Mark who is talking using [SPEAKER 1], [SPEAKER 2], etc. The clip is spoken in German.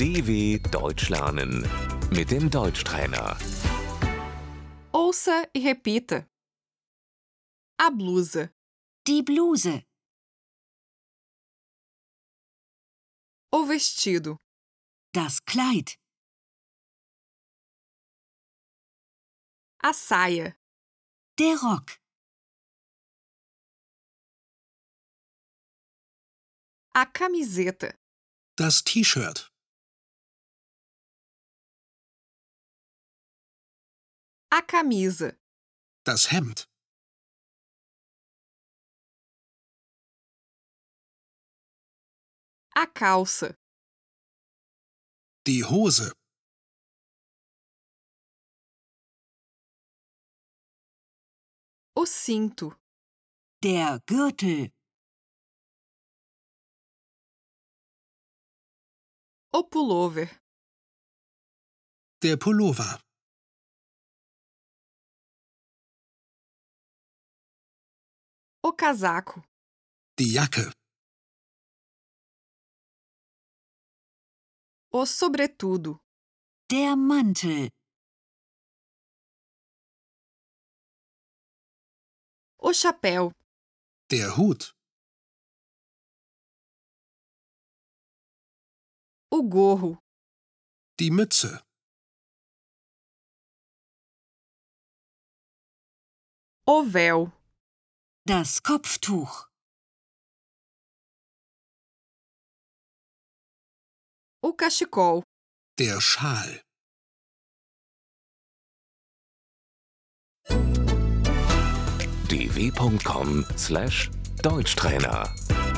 [SPEAKER 1] DW Deutsch lernen mit dem Deutschtrainer.
[SPEAKER 2] Ouça e repita. A blusa,
[SPEAKER 3] Die Bluse,
[SPEAKER 2] o vestido,
[SPEAKER 3] das Kleid,
[SPEAKER 2] a saia,
[SPEAKER 3] der Rock,
[SPEAKER 2] a camiseta,
[SPEAKER 4] Das T-Shirt.
[SPEAKER 2] a camisa,
[SPEAKER 4] Das Hemd.
[SPEAKER 2] a calça,
[SPEAKER 4] Die Hose.
[SPEAKER 2] o cinto,
[SPEAKER 3] der Gürtel,
[SPEAKER 2] o pullover,
[SPEAKER 4] Der Pullover.
[SPEAKER 2] o casaco,
[SPEAKER 4] Die Jacke.
[SPEAKER 2] o sobretudo,
[SPEAKER 3] der Mantel,
[SPEAKER 2] o chapéu,
[SPEAKER 4] Der Hut.
[SPEAKER 2] o gorro,
[SPEAKER 4] Die Mütze.
[SPEAKER 2] o véu,
[SPEAKER 3] das Kopftuch,
[SPEAKER 2] o cachecol,
[SPEAKER 4] Der Schal.
[SPEAKER 1] dw.com/deutschtrainer